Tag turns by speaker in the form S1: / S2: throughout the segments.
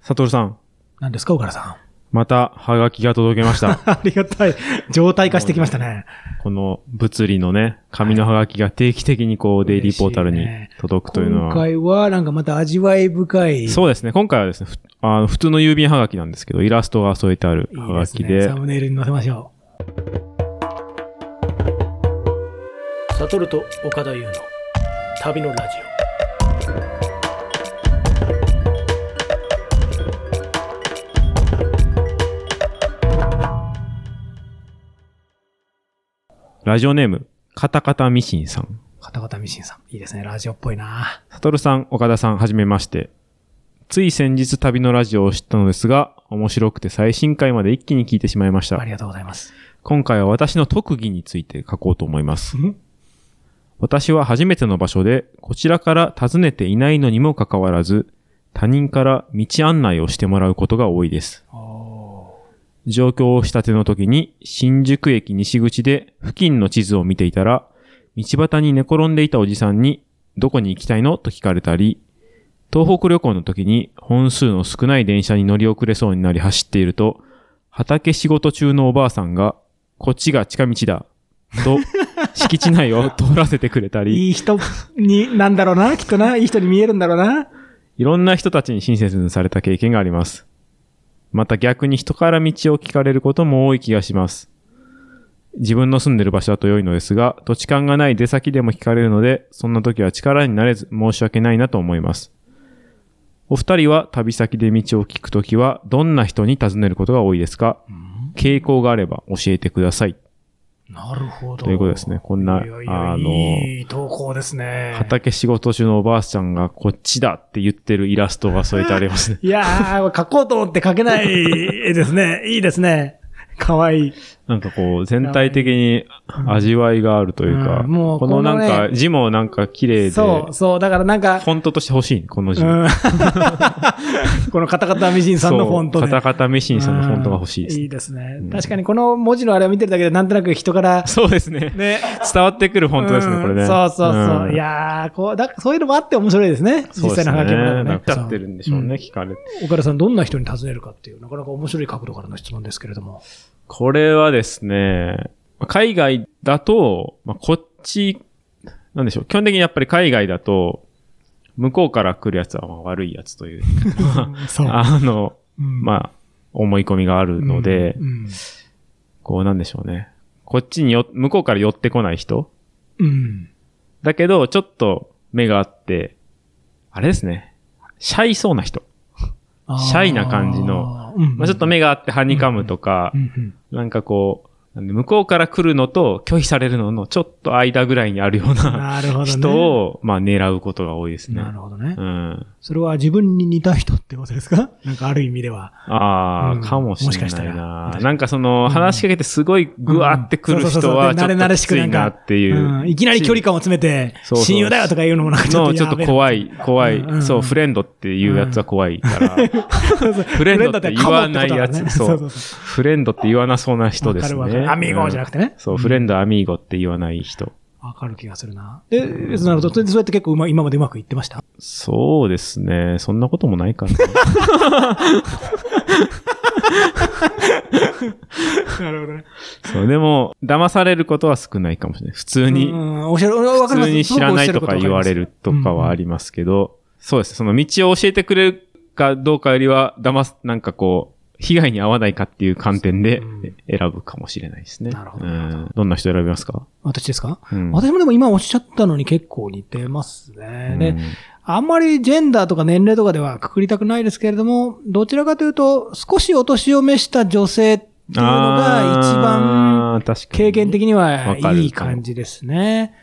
S1: サトルさん、
S2: 何ですか、岡田さん。
S1: またハガキが届けました。
S2: ありがたい。状態化してきましたね。
S1: この物理のね、紙のハガキが定期的にこう、デイリーポータルに届くというの
S2: 今
S1: は。
S2: 回は、なんかまた味わい深い。
S1: そうですね。今回はですね、ふあの普通の郵便ハガキなんですけど、イラストが添えてある
S2: いい
S1: ハガ
S2: です
S1: キ
S2: ね
S1: で。
S2: サムネイルに載せましょう。サトルと岡田優の旅のラジ
S1: ラジオネーム、カタカタミシンさん。
S2: オ。片方ミシンさん。いいですね。ラジオっぽいな。
S1: サトルさん、岡田さん、はじめまして。つい先日旅のラジオを知ったのですが、面白くて最新回まで一気に聞いてしまいまし
S2: あ
S1: た
S2: り。がとうございます。
S1: 今回は私の特技について書こうと思います。私は初めての場所で、こちらから訪ねていないのにもかかわらず、他人から道案内をしてもらうことが多いです。
S2: お
S1: 上京をしたての時に、新宿駅西口で付近の地図を見ていたら、道端に寝転んでいたおじさんに、どこに行きたいのと聞かれたり、東北旅行の時に本数の少ない電車に乗り遅れそうになり走っていると、畑仕事中のおばあさんが、こっちが近道だ、と、敷地内を通らせてくれた
S2: ー
S1: り、
S2: いい人に、なんだろうな。きっとな。いい人に見えるんだろうな。
S1: いろんな人たちに親切にされた経験があります。また逆に人から道を聞かれることも多い気がします。自分の住んでる場所だと良いのですが、土地勘がない出先でも聞かれるので、そんな時は力になれず申し訳ないなと思います。お二人は旅先で道を聞くときは、どんな人に尋ねることが多いですか傾向があれば教えてください。
S2: なるほど。
S1: ということですねこんない
S2: やい
S1: あ
S2: や
S1: の
S2: いい投稿ですね。
S1: 畑仕事中のおばあちゃんがこっちだって言ってるイラストが添えてありますね。
S2: いやー、書こうと思って書けないで すね。いいですね。かわいい。
S1: なんかこう、全体的に味わいがあるというか、
S2: うんもう
S1: このなん
S2: この
S1: か
S2: ね
S1: 字もなんか綺麗で、
S2: そう、
S1: フ
S2: そう。だからなんか、
S1: ォントとして欲しいね、この字。
S2: うん このカタカタミシンさんのフォントで。
S1: そうカタカタミシンさんのフォントが欲しいです
S2: うんいい
S1: ね。
S2: ですね
S1: うん。
S2: 確かにこの文字のあれを見てるだけでなんとなく人から、
S1: そうですね。
S2: ね。
S1: 伝わってくるフォントですね、
S2: うん
S1: これね。
S2: そうそうそう。
S1: ん
S2: い、やー、こう、だそういうのもあって面白いですね。
S1: そう
S2: 実
S1: で
S2: 際
S1: す
S2: の
S1: ね。
S2: ハガキも
S1: な
S2: ね。
S1: んか立ってるんでしょうね、聞かれて。
S2: うん岡田さん、どんな人に尋ねるかっていう、なかなか面白い角度からの質問ですけれ ども。
S1: これはですね、海外だと、まあ、こっち、なんでしょう、基本的にやっぱり海外だと、向こうから来るやつはまあ悪いやつと いう、
S2: そう
S1: あの、
S2: まあ、
S1: まあ、思い込みがあるので、
S2: うん
S1: こうなんでしょうね。こっちによ、向こうから寄ってこない人
S2: うん。
S1: だけど、ちょっと目があって、あれですね。シャイそうな人。
S2: あー
S1: シャイな感じの、
S2: うん
S1: まあ、ちょっと、目があってハニカムとか
S2: う、んうん
S1: なんかこう、向こうから来るのと拒否されるののちょっと間ぐらいにあるような
S2: なるほどね。
S1: 人を、まあ狙うことが多いですね。
S2: なるほどね
S1: う。ん。
S2: それは自分に似た人ってことですかなんかある意味では。
S1: ああ、
S2: うん
S1: かもしれ
S2: もしかした
S1: ない
S2: ら
S1: な
S2: もしかし。たら
S1: なんかその、
S2: うん
S1: 話しかけてすごいぐわーって来る
S2: うんそ
S1: 人
S2: うそうそう
S1: は、
S2: で
S1: ちょっ
S2: 慣れ慣
S1: と
S2: れ
S1: き
S2: しく
S1: ついなっていう。
S2: うんいきなり距離感を詰めて、
S1: そうそう
S2: 親友だよとか言うのもなんかちょっと
S1: の、ちょっと怖い、怖い。
S2: うんうんうん
S1: そう、フレンドっていうやつは怖いから。 フ
S2: フ
S1: レンドって言わないやつ。そ。
S2: そうう。
S1: フレンドって言わなそうな人です
S2: わ
S1: ね。
S2: かるわかるアミーゴじゃなくてね
S1: うんそう、フレンド、アミーゴって言わない人。
S2: わかる気がするな。で、なるほど。それでそうやって結構うま今までうまくいってました
S1: そうですね。そんなこともないかな。
S2: なるほどね。
S1: そう、でも、騙されることは少ないかもしれない。普通
S2: う
S1: に、
S2: ん、おっしゃる、わか
S1: 普
S2: ります
S1: 通に知らないとか言われるとかはあ
S2: り
S1: りますけど、そうです。その道を教えてくれるかどうかよりは、騙す、なんかこう、被害に遭わないかっていう観点で
S2: うん
S1: 選ぶかもしれないですね。
S2: なるほど
S1: うんどんな人選びますか
S2: 私ですか
S1: うん
S2: 私もでも今おっしゃったのに結構似てますね。
S1: う
S2: で
S1: ん、
S2: あんまりジェンダーとか年齢とかではくくりたくないですけれども、どちらかというと、少しお年を召した女性っていうのが一番
S1: あー、確かに
S2: 経験的に
S1: わ
S2: は
S1: かる
S2: いい感じですね。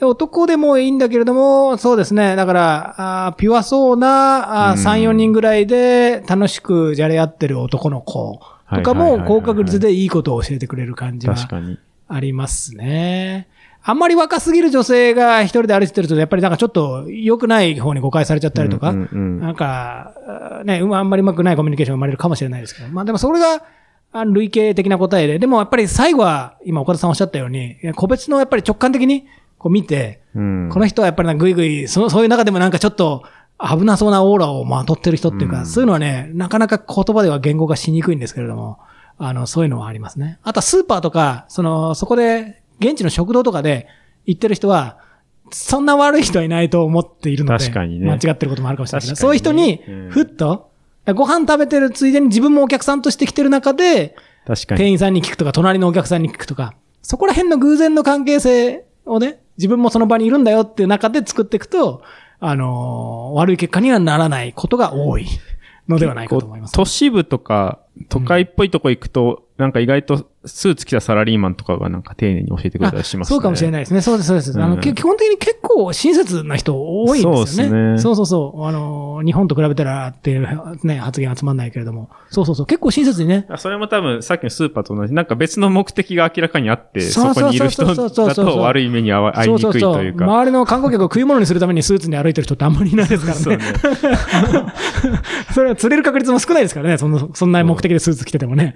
S2: で男でもいいんだけれども、そうですね。だから、あーピュアそうな、あー3、
S1: うん
S2: 4人ぐらいで楽しくじゃれ合ってる男の子とか
S1: はいはいはい
S2: も
S1: はい
S2: 高確率でいいことを教えてくれる感じは
S1: 確かに。
S2: ありますね。あんまり若すぎる女性が一人で歩いてると、やっぱりなんかちょっと良くない方に誤解されちゃったりとか、
S1: うんうんうん
S2: なんか、あーね、うまあんまりうまくないコミュニケーションが生まれるかもしれないですけど、まあでもそれが、あ類型的な答えで、でもやっぱり最後は、今岡田さんおっしゃったように、いや個別のやっぱり直感的にこう見て、
S1: うん
S2: この人はやっぱりなんかグイグイ、そのそういう中でもなんかちょっと、危なそうなオーラをまとってる人っていうか、
S1: うん
S2: そういうのはね、なかなか言葉では言語化しにくいんですけれども、あの、そういうのはありますね。あとはスーパーとか、その、そこで、現地の食堂とかで行ってる人は、そんな悪い人はいないと思っているので、
S1: 確かにね
S2: 間違ってることもあるかもしれないですね。
S1: 確
S2: そういう
S1: か
S2: 人
S1: にね
S2: に
S1: うん、
S2: ふっと、ご飯食べてるついでに自分もお客さんとして来てる中で、
S1: 確かに。
S2: 店員さんに聞くとか、隣のお客さんに聞くとか、そこら辺の偶然の関係性をね、自分もその場にいるんだよっていう中で作っていくと、あのー悪い結果にはならないことが多いのではないかと思います。
S1: 都市部とか、都会っぽいとこ行くと、なんか意外とスーツ着たサラリーマンとかがなんか丁寧に教えてくれたりしますね。
S2: そうかもしれ
S1: ない。
S2: ないですね。そうです、そうです。あ
S1: う
S2: の、
S1: ん
S2: き基本的に結構親切な人多いんです
S1: そうで
S2: よ
S1: すね
S2: ね。そうそうそう。あのー日本と比べたらっていうね、発言はつまんないけれども。そうそうそう。結構親切にね。
S1: それも多分さっきのスーパーと同じ、なんか別の目的が明らかにあって、そ
S2: そ
S1: うこにいる
S2: そ
S1: 人
S2: うそうそうそう
S1: だと悪い目に遭わ遭い
S2: そう
S1: に
S2: そ
S1: くいという
S2: そ
S1: か。
S2: 周りの観光客を食い物にするためにスーツに歩いてる人ってあんまりいないですからね。
S1: そうね。
S2: それは釣れる確率も少ないですからね。そんな、そんな目的でスーツ着ててもね。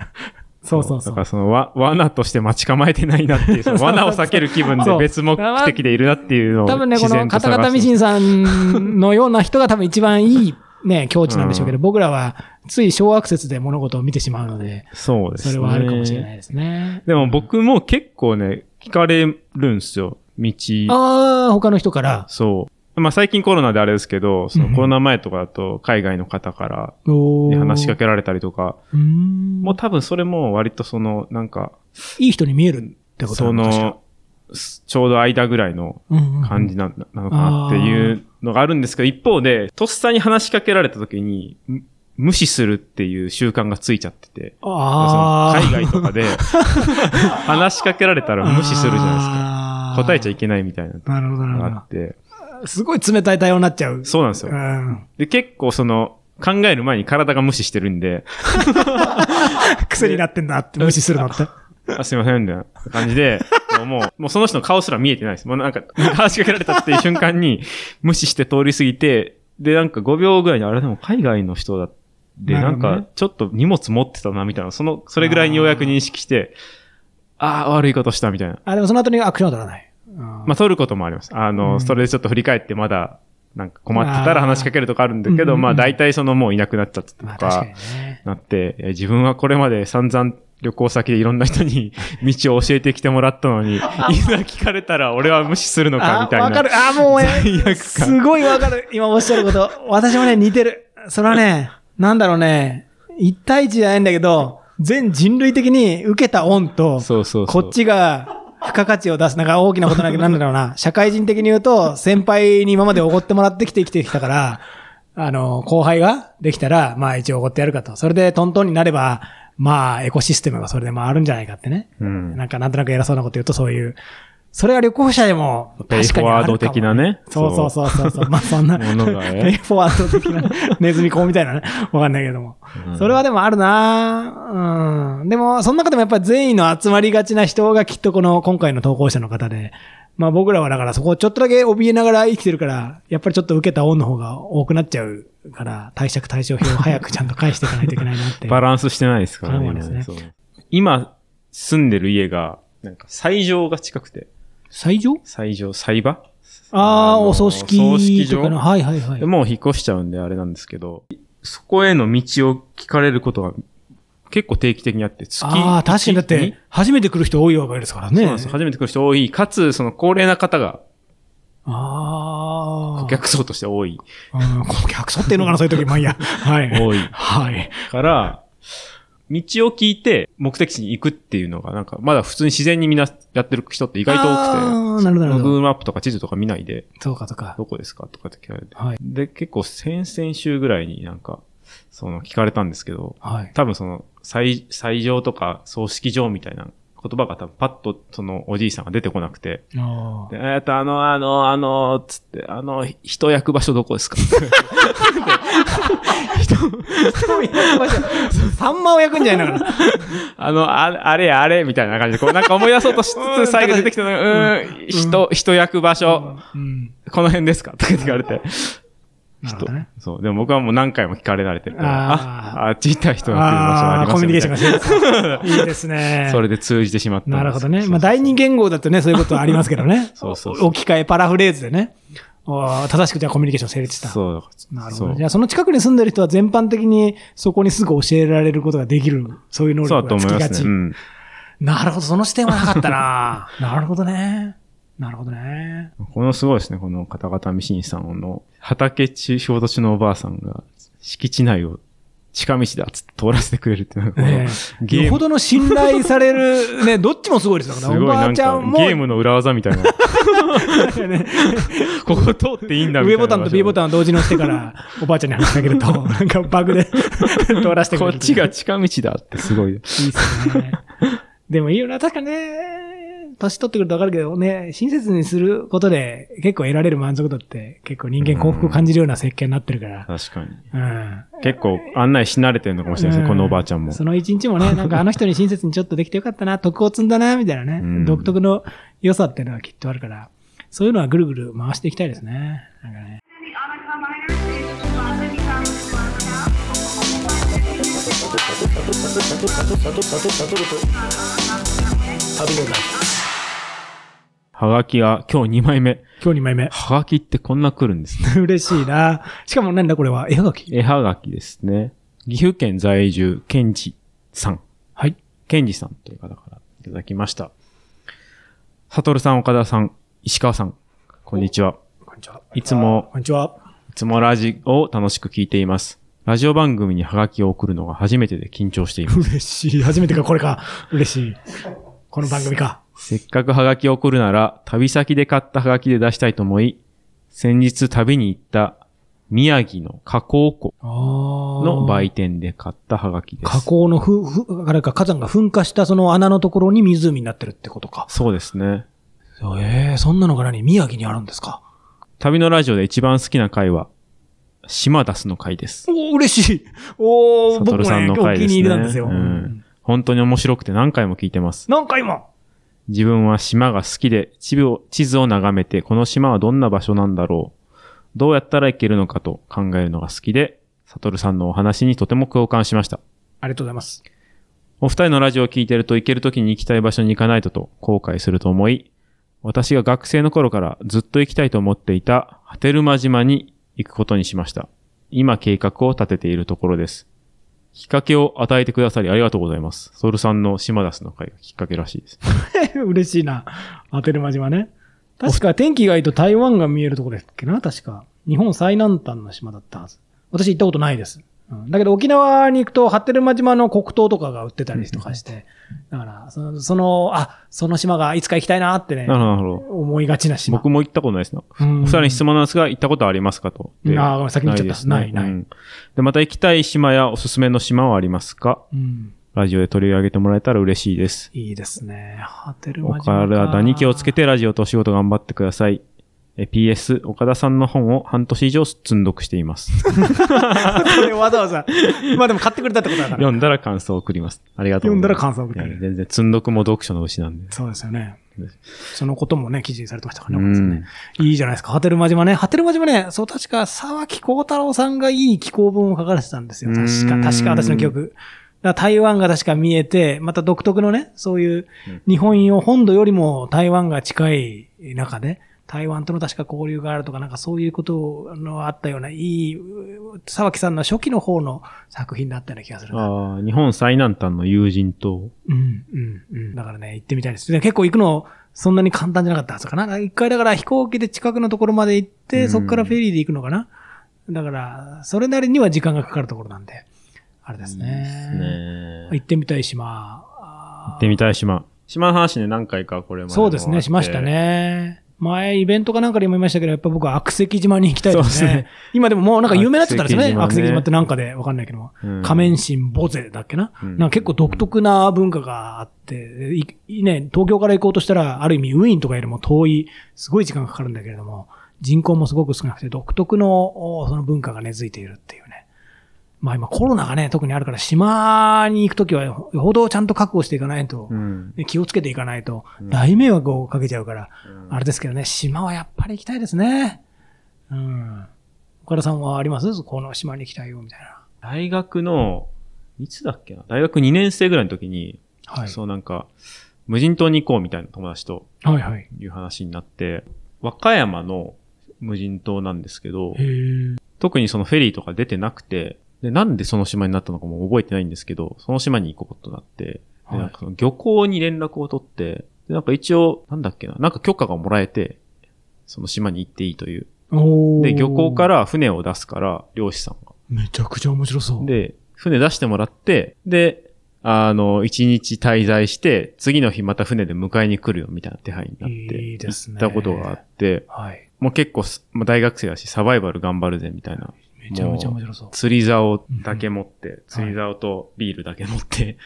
S2: そうそうそ
S1: だ
S2: う
S1: か。らそのわ、罠として待ち構えてないなっていう、その罠を避ける気分で
S2: そう
S1: 別目的でいるなっていうのを
S2: 多分ね、こ
S1: 自
S2: の
S1: 然と
S2: カタ
S1: 探
S2: カタミシ
S1: ン
S2: ンさんのような人が多分一番いいね、境地なんでしょうけど、
S1: う
S2: 僕らはつい小アクセスで物事を見てしまうので、
S1: そうです
S2: そ
S1: ね。
S2: れはあるかもしれないですね。
S1: でも僕も結構ね、聞かれるんですよ。道。
S2: ああ、他の人から。
S1: そう。まあ最近コロナであれですけど、そ
S2: うんう
S1: の
S2: ん
S1: コロナ前とかだと海外の方から
S2: お
S1: ね
S2: ー
S1: 話しかけられたりとか、
S2: うーん
S1: もう多分それも割とその、なんか、
S2: いい人に見えるってこと
S1: そ
S2: なのかしら
S1: の、すちょうど間ぐらいの
S2: うんうんうん
S1: 感じな,、なのかなっていうのがあるんですけど、一方で、とっさに話しかけられた時に、む無視するっていう習慣がついちゃってて、その
S2: ああ。
S1: 海外とか で話しかけられたら無視するじゃないですか。
S2: です
S1: 答えちゃい
S2: け
S1: けないみたいなの
S2: ない。なるほど、なる
S1: が
S2: ほ
S1: あって、
S2: ど。すごい冷たい対応になっちゃう。
S1: そうなんですよ。
S2: うん。
S1: で、結構その、考える前に体が無視してるんで、
S2: 癖になってんだって無視するのって。
S1: あすいません、みたいな感じで、もう、もうもうその人の顔すら見えてないです。もうなんか、話しかけられたっていう瞬間に、無視して通り過ぎて、で、なんか5秒ぐらいに、あれでも海外の人だで、
S2: な
S1: な
S2: るほ
S1: ん
S2: どね
S1: か、ちょっと荷物持ってたな、みたいな、その、それぐらいにようやく認識して、ああー、悪いことした、みたいな。
S2: あ、でもその後にアクションは取らない。
S1: まあ、取ることもあります。あの、
S2: うん
S1: それでちょっと振り返って、まだ、なんか困ってたら話しかけるとかあるんだけ
S2: あーうんうん
S1: ど、
S2: うん
S1: まあ、大体そのもういなくなっちゃったと
S2: まあ
S1: か、
S2: 確かにね。
S1: なって、えー自分はこれまで散々旅行先でいろんな人に 道を教えてきてもらったのに、いざ聞かれたら俺は無視するのかみたいな。
S2: わかる。あ、もう
S1: 罪悪
S2: ね、
S1: 感
S2: すごいわかる。今おっしゃること。私もね、似てる。それはね、なんだろうね、一対一じゃないんだけど、全人類的に受けた恩と、
S1: そうそうそ
S2: こ
S1: う。
S2: っちが、付加価値を出す。なんか大きなことなんだけど、なんだろう な。社会人的に言うと、先輩に今までおごってもらってきて生きてきたから、あの、後輩ができたら、まあ一応おごってやるかと。それでトントンになれば、まあエコシステムがそれで回るんじゃないかってね。
S1: うん。
S2: なんかなんとなく偉そうなこと言うとそういう。それは旅行者でも確か
S1: ペイ
S2: にある
S1: フ
S2: か
S1: ォ
S2: も、
S1: ワード的なね。
S2: そうそう
S1: う。
S2: そうそうそう。まあそんな、
S1: ものがね
S2: ペイフォワード的な、 ネズミ講みたいなね。わかんないけども。
S1: うん
S2: それはでもあるなうん。でも、その中でもやっぱり善意の集まりがちな人がきっとこの今回の投稿者の方で、まあ僕らはだからそこをちょっとだけ怯えながら生きてるから、やっぱりちょっと受けた恩の方が多くなっちゃうから、貸借対照表を早くちゃんと返していかないといけないなっ て。
S1: バランスしてないですからね。
S2: そうですね
S1: 今ねそう今住んでる家が、なんか、斎場が近くて。
S2: 最上
S1: 斎場、斎場
S2: ああ、
S1: の
S2: お葬式
S1: 葬式
S2: と
S1: 場
S2: かの。はいはいはい。
S1: もう引っ越しちゃうんであれなんですけど、そこへの道を聞かれることが結構定期的にあって、月
S2: ああ、確かにだっ
S1: 一
S2: て、初めて来る人多いわけですから
S1: そう
S2: ね。
S1: なんですよ。初めて来る人多い。かつ、その高齢な方が
S2: ああ。
S1: 顧客層として多い。
S2: うん。顧客層っていうのかな、そういう時。まあいいや。 はい。
S1: 多い。
S2: はい。
S1: から、道を聞いて目的地に行くっていうのが、なんか、まだ普通に自然にみんなやってる人って意外と多くて、
S2: ああ、なるほど、なるほ
S1: Google
S2: ど。
S1: マップとか地図とか見ないで、
S2: そうか、そうか。
S1: どこですかとかって聞かれて。
S2: はい。
S1: で、結構先々週ぐらいになんか、その聞かれたんですけど、
S2: はい。
S1: 多分その、斎斎場とか葬式場みたいな言葉が多分パッとそのおじいさんが出てこなくて、
S2: あ
S1: でえっと、あの、あの、あの、つって、あの、ひ人焼く場所どこですか
S2: あ。サンマを焼くんじゃないのかな。
S1: あの、あれ、あれや、あれみたいな感じで、こう、なんか思い出そうとし
S2: う
S1: つ
S2: ん
S1: つ、最後出てきたのが、うーん、人、人焼く場所、
S2: うん。
S1: この辺ですかとかって言われて。
S2: なるほどね。
S1: 人そう。でも僕はもう何回も聞かれられてるから、
S2: あー
S1: あ、あっち行ったら人焼く場所あ
S2: あ
S1: り
S2: あ、
S1: ま
S2: コ
S1: す
S2: ミ
S1: よ
S2: ュニケーションが
S1: みたいな
S2: して る。いいですね。
S1: それで通じてしまったんです。
S2: なるほどね。
S1: そう
S2: まあ、第二言語だとね、そういうことはありますけどね
S1: 。そうそうそう
S2: お置き換え、パラフレーズでね。ああ正しくじゃあコミュニケーション成立した。
S1: そう。
S2: なる
S1: そ
S2: ほど。
S1: う
S2: じゃあその近くに住んでる人は全般的にそこにすぐ教えられることができる、そういう能
S1: そう
S2: 力
S1: だと
S2: がつ
S1: 思い
S2: き
S1: ま
S2: が
S1: す
S2: ち。
S1: ね。うん。
S2: なるほど、その視点はなかったな なるほどね。なるほどね。
S1: このすごいですね、この方々ミシンさんの、畑中、仕事中のおばあさんが、敷地内を近道だっつって通らせてくれるっていうのが、この
S2: ええ
S1: ゲー
S2: よ
S1: ム
S2: ほどの信頼される、 ね、どっちもすごいですよ。
S1: す
S2: だからお
S1: ごい
S2: ば
S1: な
S2: あ
S1: ん
S2: ちゃ
S1: か
S2: ん、も、
S1: ゲームの裏技みたいな。
S2: ね
S1: ここ通っていいんだみた
S2: 上
S1: いな。
S2: ボタンと B ボタンを同時に押してから、おばあちゃんに話しかけ ると、なんかバグで 通らせてく
S1: こ
S2: れる。
S1: っちが近道だってすごい。
S2: いいっすね。でもいいよな、確かね、年取ってくるとわかるけどね、親切にすることで結構得られる満足度って結構人間幸福を感じるような設計になってるから。
S1: 確かに。
S2: うん。
S1: 結構案内し慣れてるのかもしれないですね、
S2: う
S1: こ
S2: ん
S1: のおばあちゃんも。
S2: その一 日もね、なんかあの人に親切にちょっとできてよかったな、徳を積んだな、みたいなね、
S1: うん
S2: 独特の良さっていうのはきっとあるから、そういうのはぐるぐる回していきたいですね。なんかね。
S3: The Annika Minor is Plaza Become Plaza.
S1: はがきが今日2枚目。
S2: 今日2枚目。
S1: はがきってこんな来るんですね。
S2: 嬉しいな。しかもなんだこれは、絵はがき。
S1: 絵はがきですね。岐阜県在住、ケンジさん。
S2: はい。
S1: ケンジさんという方からいただきました。サトルさん、岡田さん、石川さん、こんにちは。
S2: こんにちは。
S1: いつも
S2: こんにちは。
S1: いつもラジを楽しく聞いています。ラジオ番組にハガキを送るのが初めてで緊張しています。
S2: 嬉しい。初めてか、これか。嬉しい。この番 組か。
S1: せっかくハガキを送るなら、旅先で買ったハガキで出したいと思い、先日旅に行った宮城の加工湖の
S2: の
S1: 売店で買ったハガキです。
S2: 火口のふ、ふ、あれか、火山が噴火したその穴のところに湖になってるってことか。
S1: そうですね。
S2: ええそんなのが何宮城にあるんですか
S1: 旅のラジオで一番好きな回は、島出すの回です。
S2: おー嬉しい。おー
S1: サト
S2: 僕
S1: ル
S2: も
S1: さん
S2: ね、
S1: の
S2: お
S1: 回
S2: 気
S1: ですね。
S2: に入りなんですよ。
S1: う
S2: うんん、
S1: 本当に面白くて何回も聞いてます。
S2: 何回も
S1: 自分は島が好きで地図を地図を眺めてこの島はどんな場所なんだろう。どうやったら行けるのかと考えるのが好きで、サトルさんのお話にとても共感しました。
S2: ありがとうございます。
S1: お二人のラジオを聞いてると行ける時に行きたい場所に行かないとと後悔すると思い、私が学生の頃からずっと行きたいと思っていた波照間島に行くことにしました。今計画を立てているところです。きっかけを与えてくださりありがとうございます。ソルさんの島出すの会がきっかけらしいです。
S2: 嬉しいな。当てる間島ね。確か天気がいいと台湾が見えるとこですっけな確か。日本最南端の島だったはず。私行ったことないです。うん、だけど沖縄に行くと、ハテルマ島の黒糖とかが売ってたりとかして、だからその、その、あ、その島がいつか行きたいなってね
S1: な、るほどなるほど。
S2: 思いがちな島。
S1: 僕も行ったことないですね。
S2: うん、
S1: お二人に質問なんですが、行ったことありますかと。で
S2: あー先に言っちゃった
S1: ですね
S2: ないない
S1: うんで、また行きたい島やおすすめの島はありますか
S2: うん。
S1: ラジオで取り上げてもらえたら嬉しいです。
S2: いいですね。ハテル
S1: お
S2: マ島か。
S1: 体に気をつけてラジオとお仕事頑張ってください。え PS、岡田さんの本を半年以上積んどくしています。
S2: これわざわざ。まあでも買ってくれたってことだか ら。
S1: 読んだら感想を送ります。ありがとうございます。
S2: 読んだら感想を送ってくれる
S1: いや全然積んどくも読書のうちなんで。
S2: そうですよね。そのこともね、記事にされてましたから
S1: う
S2: ね。岡田さんね
S1: ん。
S2: いいじゃないですか。波照間島ね。波照間島ね、そう、確か、沢木幸太郎さんがいい気候文を書かれてたんですよ。
S1: う
S2: 確
S1: ーん
S2: か、確か私の記憶。だから台湾が確か見えて、また独特のね、そういう、日本を本土よりも台湾が近い中で、台湾との確か交流があるとか、なんかそういうことのあったような、いい、沢木さんの初期の方の作品だったような気がするな。
S1: あー日本最南端の友人と、
S2: うん、うん、うん。だからね、行ってみたいです。で結構行くの、そんなに簡単じゃなかったはずかな。一回だから飛行機で近くのところまで行っ
S1: うん
S2: て、そこからフェリーで行くのかな。だから、それなりには時間がかかるところなんで、あれですね。
S1: ね
S2: 行ってみたい島。行
S1: 行ってみたい島。島の話ね、何回かこれまでも
S2: そうです
S1: あっ
S2: ね、
S1: て
S2: しました。ね。前、イベントかなんかでも言いましたけど、やっぱ僕は悪石島に行きたいです
S1: そ
S2: ね。
S1: うですね
S2: 今でももうなんか有名になってたんですよね。
S1: 悪
S2: 悪
S1: 石島ね
S2: 石島ってなんかでわかんないけども。
S1: うん
S2: 仮面神ボゼだっけな、
S1: うん
S2: なんか結構独特な文化があって、いいね、東京から行こうとしたら、ある意味ウィーンとかよりも遠い、すごい時間がかかるんだけれども、人口もすごく少なくて、独特のおその文化が根付いているっていうね。まあ今コロナがね、特にあるから、島に行くときは、よほどちゃんと覚悟していかないと、
S1: うん。
S2: ね気をつけていかないと
S1: うん、
S2: 大迷惑をかけちゃうから、
S1: うん
S2: あれですけどね、島はやっぱり行きたいですね。うん。岡田さんはありますこの島に行きたいよ、みたいな。
S1: 大学の、いつだっけな大学2年生ぐらいの時に、
S2: はい。
S1: そうなんか、無人島に行こうみたいな友達と
S2: はいはい。
S1: いう話になって、和歌山の無人島なんですけど
S2: へ、え。
S1: 特にそのフェリーとか出てなくて、で、なんでその島になったのかも覚えてないんですけど、その島に行こうとなって、
S2: は
S1: で、
S2: い
S1: なんかその漁港に連絡を取って、で、なんか一応、なんだっけな、なんか許可がもらえて、その島に行っていいという。
S2: おー
S1: で、漁港か。ら船を出すから、漁師さんが。
S2: めちゃくちゃ面白そう。
S1: で、船出してもらって、で、あの、一日滞在して、次の日また船で迎えに来るよ、みたいな手配になって、
S2: いいですね
S1: 行ったことがあって、
S2: はい。
S1: もう結構す、まあ、大学生だし、サバイバル頑張るぜ、みたいな。
S2: めちゃめちゃ面白そう。
S1: 釣り竿だけ持って、釣り竿とビールだけ持って、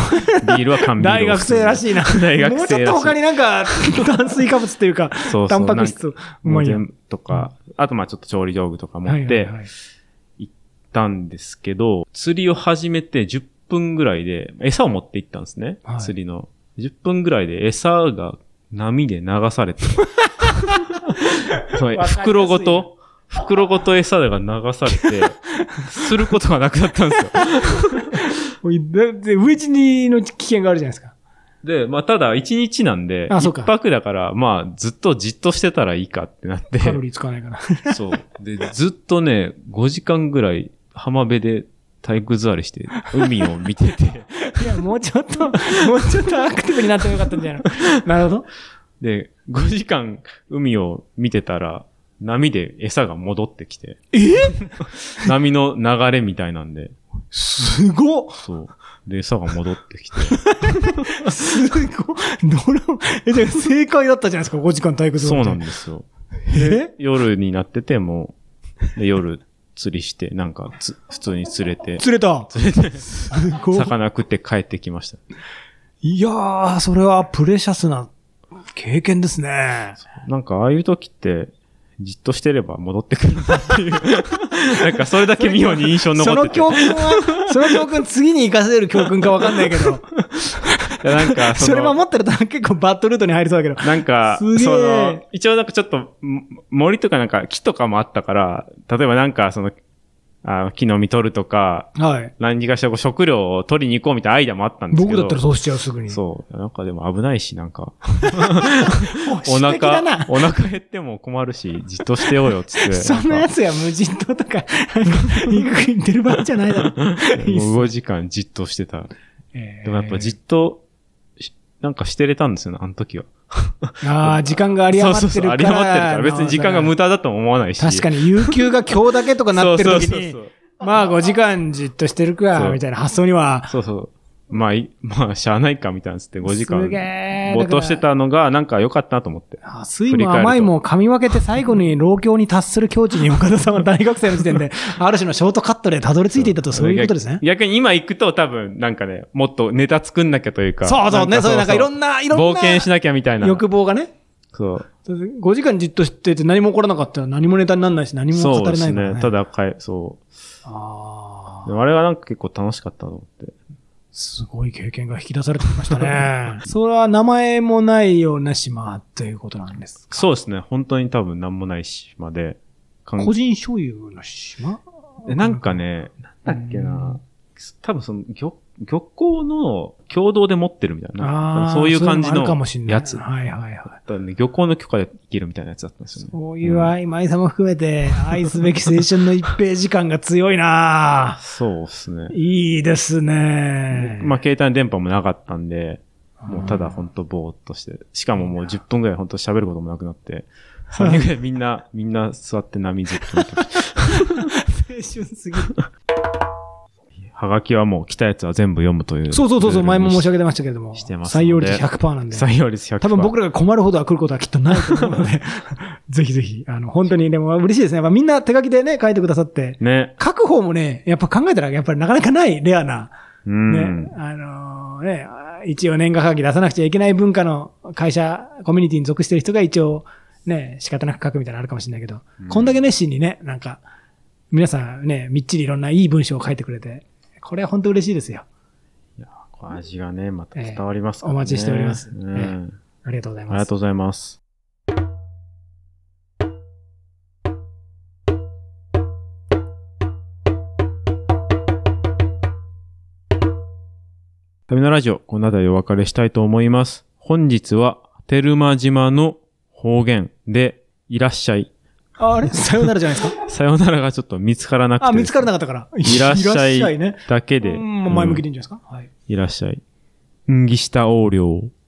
S1: ビールは缶ビールを
S2: 大学生ら
S1: い。
S2: しいな。
S1: 大学生らしい
S2: もうちょっと他に なんか、炭水化物っていうか、
S1: そうそう。
S2: タンパク質、うまいや。
S1: なんんかとか、あとまあちょっと調理道具とか持って
S2: はいはいはい
S1: たんですけど、釣りを始めて10分ぐらいで、餌を持って行ったんですね。
S2: はい
S1: 釣りの。10分ぐらいで餌が波で流さ れて。そう
S2: わかりやすい
S1: 袋ごと、袋ごと餌が流されて、することがなくなったんですよ。
S2: おいだって飢え死にの危険があるじゃないですか。
S1: で、まあ、ただ、一日なんで、
S2: あ
S1: 一
S2: そうか
S1: 泊だから、まあ、ずっとじっとしてたらいいかってなって、
S2: カロリー使わないから。
S1: そう。で、ずっとね、5時間ぐらい浜辺で体育座りして、海を見て て、
S2: いや、もうちょっと、 もうちょっとアクティブになってもよかったんじゃないのなるほど。
S1: で、5時間海を見てたら、波で餌が戻ってきて、
S2: え
S1: 波の流れみたいなんで、
S2: すごっ
S1: そう。で、餌が戻って きて、
S2: すごっどれも、え、じゃあ正解だったじゃないですか、5時間体育
S1: そうなん
S2: だ。
S1: ですよ。
S2: え
S1: 夜になってても、で夜釣りして、なんかつ、普通に釣れて、
S2: 釣れたすごっ
S1: 魚食って帰ってきました。
S2: いやー、それはプレシャスな経験ですね。
S1: なんかああいう時って、じっとしてれば戻ってくるなっていう。 なんかそれだけ妙に印象に
S2: そ
S1: 残っ
S2: の
S1: てて。
S2: 教訓 は、その教訓次に活かせる教訓かわかんないけど、
S1: いやなんか
S2: そ
S1: そ
S2: れ
S1: の、
S2: 守ってると結構バッドルートに入りそうだけど。
S1: なんか、
S2: すげえ
S1: その、一応なんかちょっと、も森とかなんか木とかもあったから、例えばなんかその、あ木の実取るとか、
S2: はい。
S1: 何かしらこう食料を取りに行こうみたいなアイデアもあったんですけ
S2: 僕
S1: ど。
S2: だったらそうしちゃう、すぐに。
S1: そう。なんかでも危ないし、なんか、
S2: う
S1: お
S2: 素敵だ
S1: 腹
S2: な、。
S1: お腹減っても困るし、じっとしてようよ、つって。
S2: そん
S1: な
S2: な
S1: ん
S2: や
S1: か
S2: つや無人島 とか、なんか行く、行ってる場合じゃないだろ。いいっす
S1: 5時間じっとしてた。
S2: えー
S1: でもやっぱじっとし、なんかしてれたんですよね、あの時は。
S2: ああ、時間が有り余っ
S1: そうそ
S2: てるから。
S1: うそう、有り余ってるから。別に時間が無駄だとも思わないし。
S2: 確か
S1: に。
S2: に、有給が今日だけとかなってる時
S1: そうそうそう
S2: に、まあ5時間じっとしてる
S1: そ
S2: か、
S1: う
S2: みたいな発想には。
S1: そうそうそう。まあ、いまあ、しゃあないかみたいなつって5時間
S2: すげえ
S1: 没頭してたのが、なんか良かったなと思って。
S2: あ酸いも甘いも噛み分けて最後に老境に達する境地に岡田さんは大学生の時 点で、ある種のショートカットでたどり着いていたとそういうことですね。
S1: 逆に今行くと多分、なんかね、もっとネタ作んなきゃというか。
S2: そうそうね、そういうなんかいろ
S1: なん
S2: な、いろんな。
S1: 冒険しなきゃみたいな。
S2: 欲望がね。
S1: そう。
S2: 5時間じっとしてて何も起こらなかったら何もネタにならないし何も
S1: そう
S2: 語
S1: で
S2: れな
S1: す
S2: いから
S1: ね。
S2: ね。
S1: ただ、かえ、そう。
S2: あ
S1: で
S2: あ、
S1: もあれはなんか結構楽しかったと思って。
S2: すごい経験が引き出されてきましたね。 それは名前もないような島ということなんです。
S1: そうですね。本当に多分何もない島で。観
S2: 個人所有の島
S1: えなんかね、なんだっけな、多分その漁、漁港の共同で持ってるみたいな、
S2: ー
S1: そういう感じ
S2: その
S1: の
S2: もあるかもしんない
S1: やつ。
S2: はいはいはい。
S1: だからね漁港の許可で行けるみたいなやつだったんですよね。
S2: こういう曖昧さも含めて、愛すべき青春の一ページ感が強いなぁ
S1: そうですね。
S2: いいですね。
S1: まあ、携帯の電波もなかったんで、もうただほんとぼーっとして、しかももう10分ぐらいほんと喋ることもなくなって、3人ぐらいみんな、みんな座って波ずっと見てて
S2: 青春すぎ る。
S1: はがきはもう来たやつは全部読むという。
S2: そうそうそうそう、前も申し
S1: 上
S2: 上げてましたけれども。
S1: してますの
S2: 採
S1: で
S2: 用率100%なんで。
S1: 採用率100%。
S2: 多分僕らが困るほどは来ることはきっとないと思うので、 ぜひぜひ、あの、本当に、でも嬉しいですね。やっぱみんな手書きでね、書いてくださって、
S1: ね。
S2: 書く方もね、やっぱ考えたら、やっぱりなかなかないレアな、
S1: う
S2: ね、
S1: ん。
S2: あのーね、あ一応年賀はがき出さなくちゃいけない文化の会社、コミュニティに属してる人が一応、ね、仕方なく書くみたいなのあるかもしれないけど、
S1: うん
S2: こんだけ熱心にね、なんか、皆さんね、みっちりいろんないい文章を書いてくれて、これは本当嬉しいですよ。
S1: いやこう味がね、また伝わりますから、ね
S2: ええお待ちしております
S1: うん
S2: えありがとうござい
S1: あり
S2: ま
S1: が
S2: す。
S1: とうございます。旅のラジオ、この辺りでお別れしたいと思います。本日は、テルマ島の方言で、いらっしゃい
S2: ああれさよならじゃないですか
S1: さよならがちょっと見つからなくて。
S2: あ、見つからな
S1: かっ
S2: かったから。
S1: いらっしゃい
S2: ね。
S1: だけで。
S2: うんまあ前向きでい
S1: うん
S2: いんじゃないですか。はい。
S1: いらっしゃい。んぎした横領。